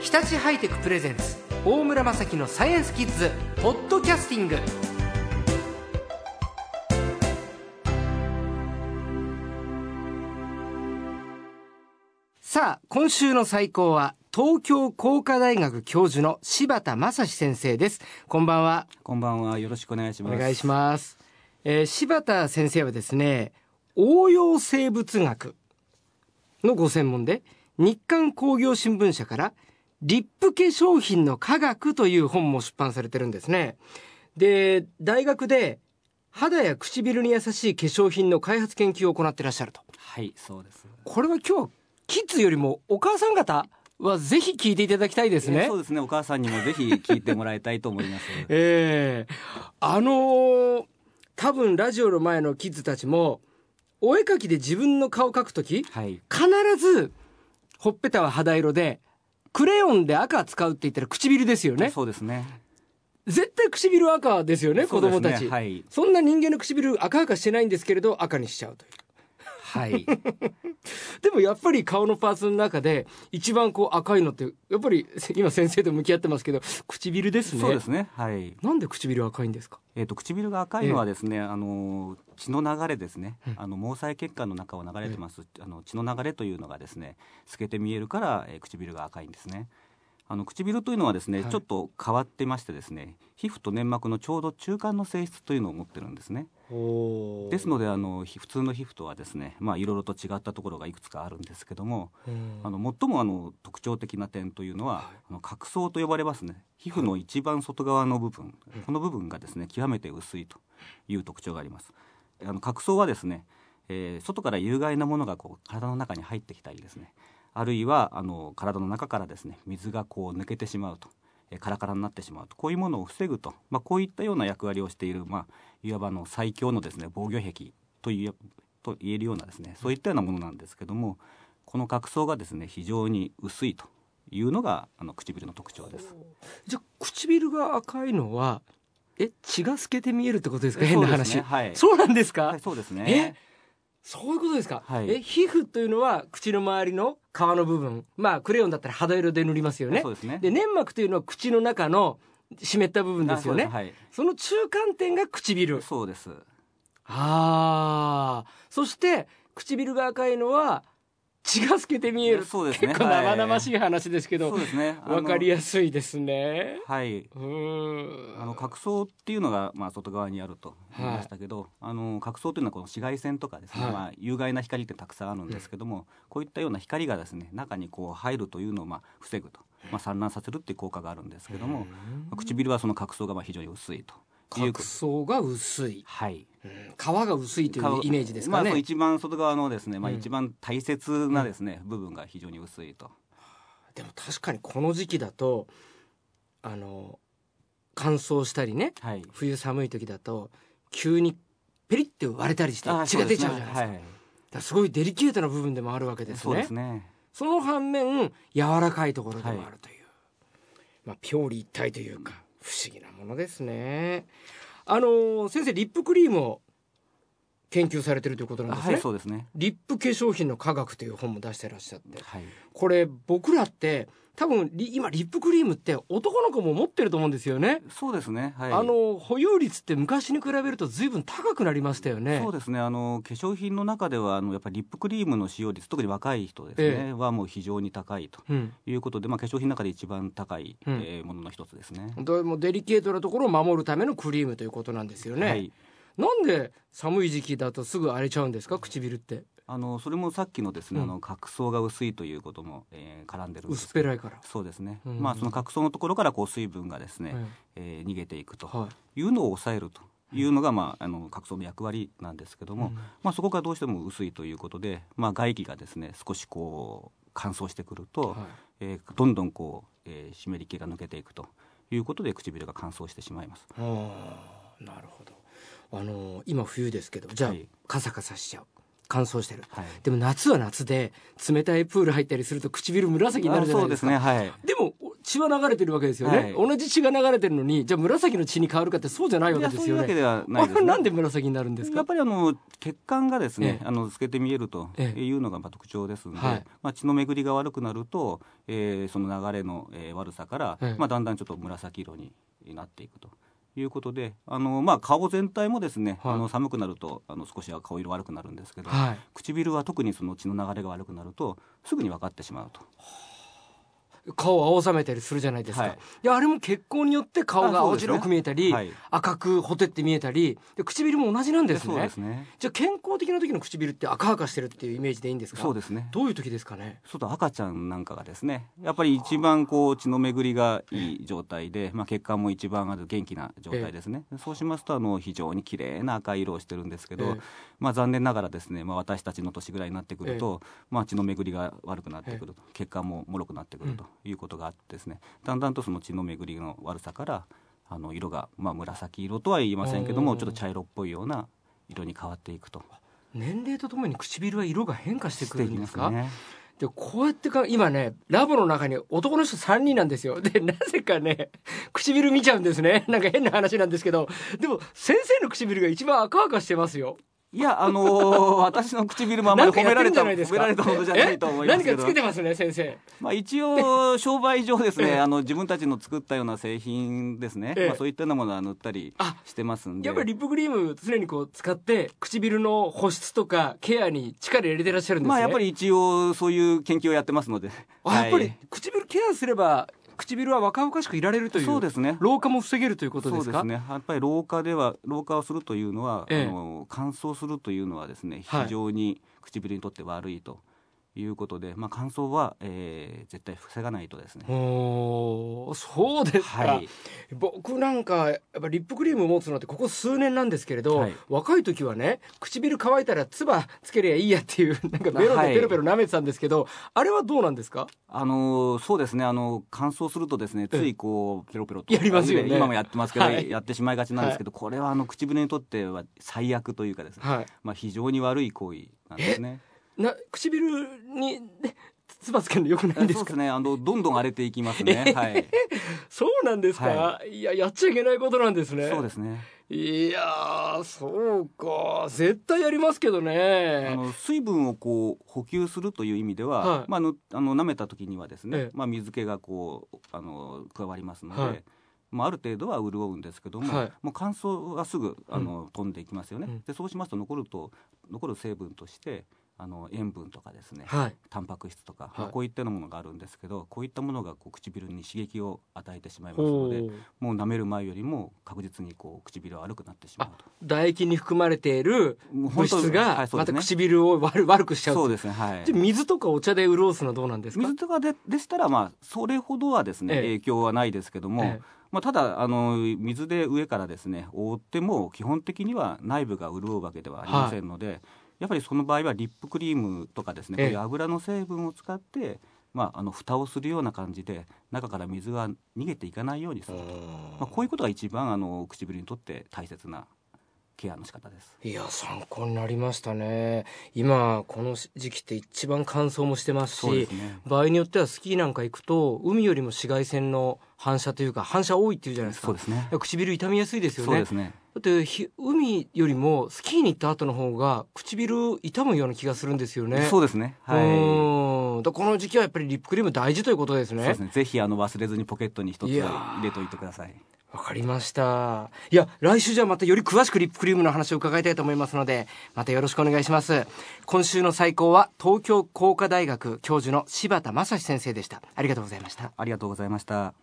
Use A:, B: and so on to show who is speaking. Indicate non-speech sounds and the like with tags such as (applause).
A: 日立ハイテクプレゼンツ大村雅樹のサイエンスキッズポッドキャスティングさあ今週の最高は東京工科大学教授の柴田正史先生ですこんばんは
B: こんばんは。よろしくお願いし
A: お
B: ます。
A: 願いします、えー柴田先生はですね応用生物学のご専門で日刊工業新聞社からリップ化粧品の科学という本も出版されてるんですねで大学で肌や唇に優しい化粧品の開発研究を行ってらっしゃると
B: はい、そうです。
A: これは今日はキッズよりもお母さん方はぜひ聞いていただきたいです
B: え
A: ね
B: ーそうですね。お母さんにもぜひ聞いてもらいたいと思い
A: (laughs)
B: ます。
A: ええあのー多分ラジオの前のキッズたちもお絵描きで自分の顔描くとき
B: はい。
A: 必ずほっぺたは肌色でクレヨンで赤使うって言ったら唇ですよね
B: そうですね。
A: 絶対唇赤ですよね
B: そ
A: 子
B: うです
A: 供たち、
B: はい。
A: そんな人間の唇赤々してないんですけれど赤にしちゃうという
B: はい。
A: でもやっぱり顔のパーツの中で一番こう赤いのってやっぱり (laughs) 今先生と向き合ってますけど唇ですね
B: そうですね。はい。
A: なんで唇赤いんですか
B: えっ、と、唇が赤いのはですね、あのー、血の流れですね。あの、毛細血管の中を流れてます。あの、血の流れというのがですね、透けて見えるから、えー唇が赤いんですね。あの唇というのはですね、
A: はい
B: ちょっと変わってましてですね皮膚と粘膜のちょうど中間の性質というのを持ってるんですねですのであのひ普通の皮膚とはですねまあいろいろと違ったところがいくつかあるんですけども、
A: うん
B: あの最もあの特徴的な点というのは、あの角層と呼ばれますね皮膚の一番外側の部分、この部分がですね極めて薄いという特徴がありますあの角層はですね、えー外から有害なものがこう体の中に入ってきたりですねあるいはあの体の中からですね水がこう抜けてしまうと、えーカラカラになってしまうとこういうものを防ぐと、まあ、こういったような役割をしている、まあ、いわばあの最強のですね防御壁といえと言えるようなですねそういったようなものなんですけどもこの角層がですね非常に薄いというのがあの唇の特徴です。
A: じゃあ唇が赤いのはえ血が透けて見えるってことですか
B: え
A: 変な
B: そうです
A: 話、
B: ねはい。
A: そうなんですか、
B: はいそうですね。
A: そういうことですか、
B: はい
A: え皮膚というのは口の周りの皮の部分まあクレヨンだったら肌色で塗りますよね
B: そうですね。
A: で粘膜というのは口の中の湿った部分
B: あ
A: ですよね
B: そうはい。
A: その中間点が唇
B: そうです。
A: ああそして唇が赤いのは血が透けて見える
B: そうですね。
A: 結構生々し
B: い
A: い話ですけど、
B: そうですね。
A: わかり
B: や
A: やすいですね
B: はい。
A: うーん
B: あの角層っていうのがまあ外側にあると言いましたけど、あの角層というのはこの紫外線とかですね、
A: はい
B: まあ有害な光ってたくさんあるんですけども、こういったような光がですね中にこう入るというのをまあ防ぐと、まあ散乱させるっていう効果があるんですけども、まあ唇はその角層がまあ非常に薄いという
A: 角層が薄い
B: はい。
A: 皮が薄いというイメージですか
B: まあ、そう
A: ね
B: 一番外側のですね、まあ、
A: うん
B: 一番大切なですね、部分が非常に薄いと。
A: でも確かにこの時期だとあの乾燥したりね
B: はい。
A: 冬寒い時だと急にペリって割れたりして血が出ちゃうじゃないですか
B: はい。
A: だからすごいデリケートな部分でもあるわけです
B: そう
A: ね
B: で
A: そ
B: すね。
A: の反面柔らかいところでもあるという、まあ表裏一体というか不思議なものですねあの先生リップクリームを研究されてるということなんです
B: は
A: ね、
B: い、そうですね。
A: リップ化粧品の科学という本も出してらっしゃって
B: はい。
A: これ僕らって多分リ今リップクリームって男の子も持ってると思うんですよね、
B: そうですね。はい。
A: あの保有率って昔に比べると随分高くなりましたよね
B: そうですねあの化粧品の中ではあのやっぱりリップクリームの使用率特に若い人ですね、
A: え
B: はもう非常に高いと
A: うん
B: いうことで、まあ、化粧品の中で一番高い、
A: うん
B: えーものの一つですね。
A: どれもデリケートなところを守るためのクリームということなんですよね、
B: はい、
A: なんで寒い時期だとすぐ荒れちゃうんですか唇って
B: あのそれもさっきのですね、
A: うん
B: あの角層が薄いということも、えー絡んでるんです
A: 薄っ
B: けど
A: ぺらいから、
B: そうですね、
A: うん
B: まあその角層のところからこう水分がですね、
A: うん
B: えー逃げていくと
A: はい
B: いうのを抑えるというのが、まあ、あの角層の役割なんですけども、
A: うん
B: まあ、そこがどうしても薄いということで、まあ、外気がですね少しこう乾燥してくると、
A: はい
B: えーどんどんこう、えー湿り気が抜けていくということで唇が乾燥してしまいます。
A: ああなるほどあのー今冬ですけどじゃあ、
B: はい
A: カサカサしちゃう乾燥してる
B: はい、
A: でも夏は夏で冷たいプール入ったりすると唇紫になるじゃな
B: そ
A: いうで
B: ですす
A: か
B: ねはい
A: でもお血は流れてるわけですよね、
B: はい
A: 同じ血が流れてるのにじゃあ紫の血に変わるかってそうじゃないわ
B: い
A: け
B: や
A: で
B: そう
A: す
B: いう
A: よ
B: わけ
A: ね
B: ではない
A: あ
B: で
A: れ
B: す、ね。
A: (laughs) なんで紫になるんです
B: や
A: か
B: っぱりあの血管がですね、
A: ええ
B: あの透けて見えると
A: ええ
B: いうのがまあ特徴ですので、
A: はい
B: まあ、血の巡りが悪くなると、えーその流れの、えー悪さから、
A: ええ
B: まあ、だんだんちょっと紫色になっていくと。いうことで、あのまあ顔全体もですね、
A: はい
B: あの寒くなるとあの少しは顔色悪くなるんですけど、
A: はい
B: 唇は特にその血の流れが悪くなるとすぐに分かってしまうと。
A: 顔を青ざめたりするじゃないですか、
B: はい
A: い、やあれも血行によって顔が
B: あそう
A: 青
B: ですね
A: 白く見えたり、
B: はい
A: 赤くほてって見えたりで唇も同じなんです
B: そう
A: ね
B: ですね。
A: じゃあ健康的な時の唇って赤々してるっていうイメージでいいんですか
B: そうですね。
A: どういう時ですかね
B: そうだ赤ちゃんなんかがですねやっぱり一番こう血の巡りがいい状態で、まあ、血管も一番ある元気な状態ですね、そうしますとあの非常に綺麗な赤い色をしてるんですけど、
A: ええ
B: まあ、残念ながらですね、まあ、私たちの年ぐらいになってくると、まあ、血の巡りが悪くなってくると、血管も脆くなってくるということがあってですねだんだんとその血の巡りの悪さからあの色が、まあ、紫色とは言いませんけど
A: お
B: も
A: ー
B: ちょっと茶色っぽいような色に変わっていくと
A: 年齢とともに唇は色が変化してくるんです
B: し
A: か
B: ていきますね
A: でこうやってか今ねラボの中に男の人3人なんですよでなぜかね唇見ちゃうんですねなんか変な話なんですけどでも先生の唇が一番赤々してますよ
B: いや、あの
A: (laughs)
B: ー私の唇もあんま
A: な
B: り
A: んか
B: 褒
A: や
B: められ
A: ってるんじ
B: た、
A: ゃないです
B: 褒
A: か
B: められたものじゃないと思います
A: え
B: け
A: 何
B: ど
A: かつけ、てますね先生
B: まあ、一応、商売上
A: (laughs)
B: ですね、あの、自分たちの作ったような製品ですね、
A: ええ
B: まあ、そういったようなものは塗ったり
A: あ
B: してますんで。
A: やっぱりリップクリーム常にこう使って唇の保湿とかケアに力入れてらっしゃるんですね
B: まあ、やっぱり一応、そういう研究をやってますので。
A: あやっぱ
B: は
A: り
B: い
A: 唇ケアすれば唇は若々しくいられるという
B: そうですね。
A: 老化も防げるということで
B: そう
A: す
B: で
A: か
B: すね。やっぱり老化では老化をするというのは、
A: ええ
B: あの乾燥するというのはですね
A: はい
B: 非常に唇にとって悪いということで、まあ乾燥は、えー絶対防がないとですね。
A: おーそうですか、
B: はい。
A: 僕なんかやっぱリップクリーム持つのってここ数年なんですけれど、
B: はい
A: 若い時はね唇乾いたら唾つけりゃいいやっていうなんかベロ
B: は
A: で
B: い
A: ペロペロ舐めてたんですけど、あれはどうなんですか
B: あのーそうですね、あのー乾燥するとですね、ついこう、ペロペロと。
A: やりますよね
B: 今もやってますけど、
A: はい
B: やってしまいがちなんですけど、これはあの、唇にとっては最悪というかですね、
A: はい
B: まあ非常に悪い行為なんですね。
A: な唇にね唾つけるのよくな
B: そ
A: い
B: うん
A: で
B: です
A: か
B: すね、あの、どんどん荒れていきますね。はい。
A: そうなんですか、、
B: はい
A: ややっちゃいけないことなんですね
B: そうですね。
A: いやーそうか絶対やりますけど
B: あ
A: ね
B: の、水分をこう、補給するという意味では、
A: はい
B: まあ、あの、あの舐めた時にはですね、
A: ええ
B: まあ、水気がこう、あの、加わりますので、
A: はい
B: まあ、ある程度は潤うんですけども、
A: はい
B: もう乾燥がすぐあの、飛んでいきますよね、
A: うん
B: でそうしますと残ると残る成分としてあの塩分とかですね
A: はい
B: タンパク質とか、
A: い
B: まあこういったようなものがあるんですけどこういったものがこう唇に刺激を与えてしまいます
A: ほ
B: ので
A: う
B: もう舐める前よりも確実にこう唇は悪くなってしまうと
A: 唾液に含まれている
B: もう
A: 物
B: 本当
A: 質
B: は
A: が
B: いそう
A: ま
B: ですね
A: た唇を悪悪くしちゃう
B: そうですねはい
A: じゃあ水とかお茶で潤すのはどうなんですか
B: 水とかででしたらまあそれほどはですね、
A: ええ
B: 影響はないですけども、
A: ええ
B: まあ、ただあの水で上からですね覆っても基本的には内部が潤うわけではありませんので、やっぱりその場合はリップクリームとかですね、
A: ええ
B: こういう油の成分を使って、まあ、あの蓋をするような感じで中から水が逃げていかないようにする、まあ、こういうことが一番あの唇にとって大切なケアの仕方です。
A: いや参考になりましたね今この時期って一番乾燥もしてます
B: そうで
A: し
B: すね
A: 場合によってはスキーなんか行くと海よりも紫外線の反射というか反射多いっていうじゃないですか
B: そうですね
A: 唇痛みやすいですよ
B: そう
A: ね
B: ですね
A: だってひ海よりもスキーに行った後の方が唇痛むような気がするんですよね
B: そうですねは
A: う
B: い
A: ーんだからこの時期はやっぱりリップクリーム大事ということです
B: そうで
A: ね
B: すねぜひあの忘れずにポケットに一つ
A: いやー
B: 入れておいてください
A: わかりましたいや来週じゃあまたより詳しくリップクリームの話を伺いたいと思いますのでまたよろしくお願いします今週の最高は東京工科大学教授の柴田正史先生でしたありがとうございました
B: ありがとうございました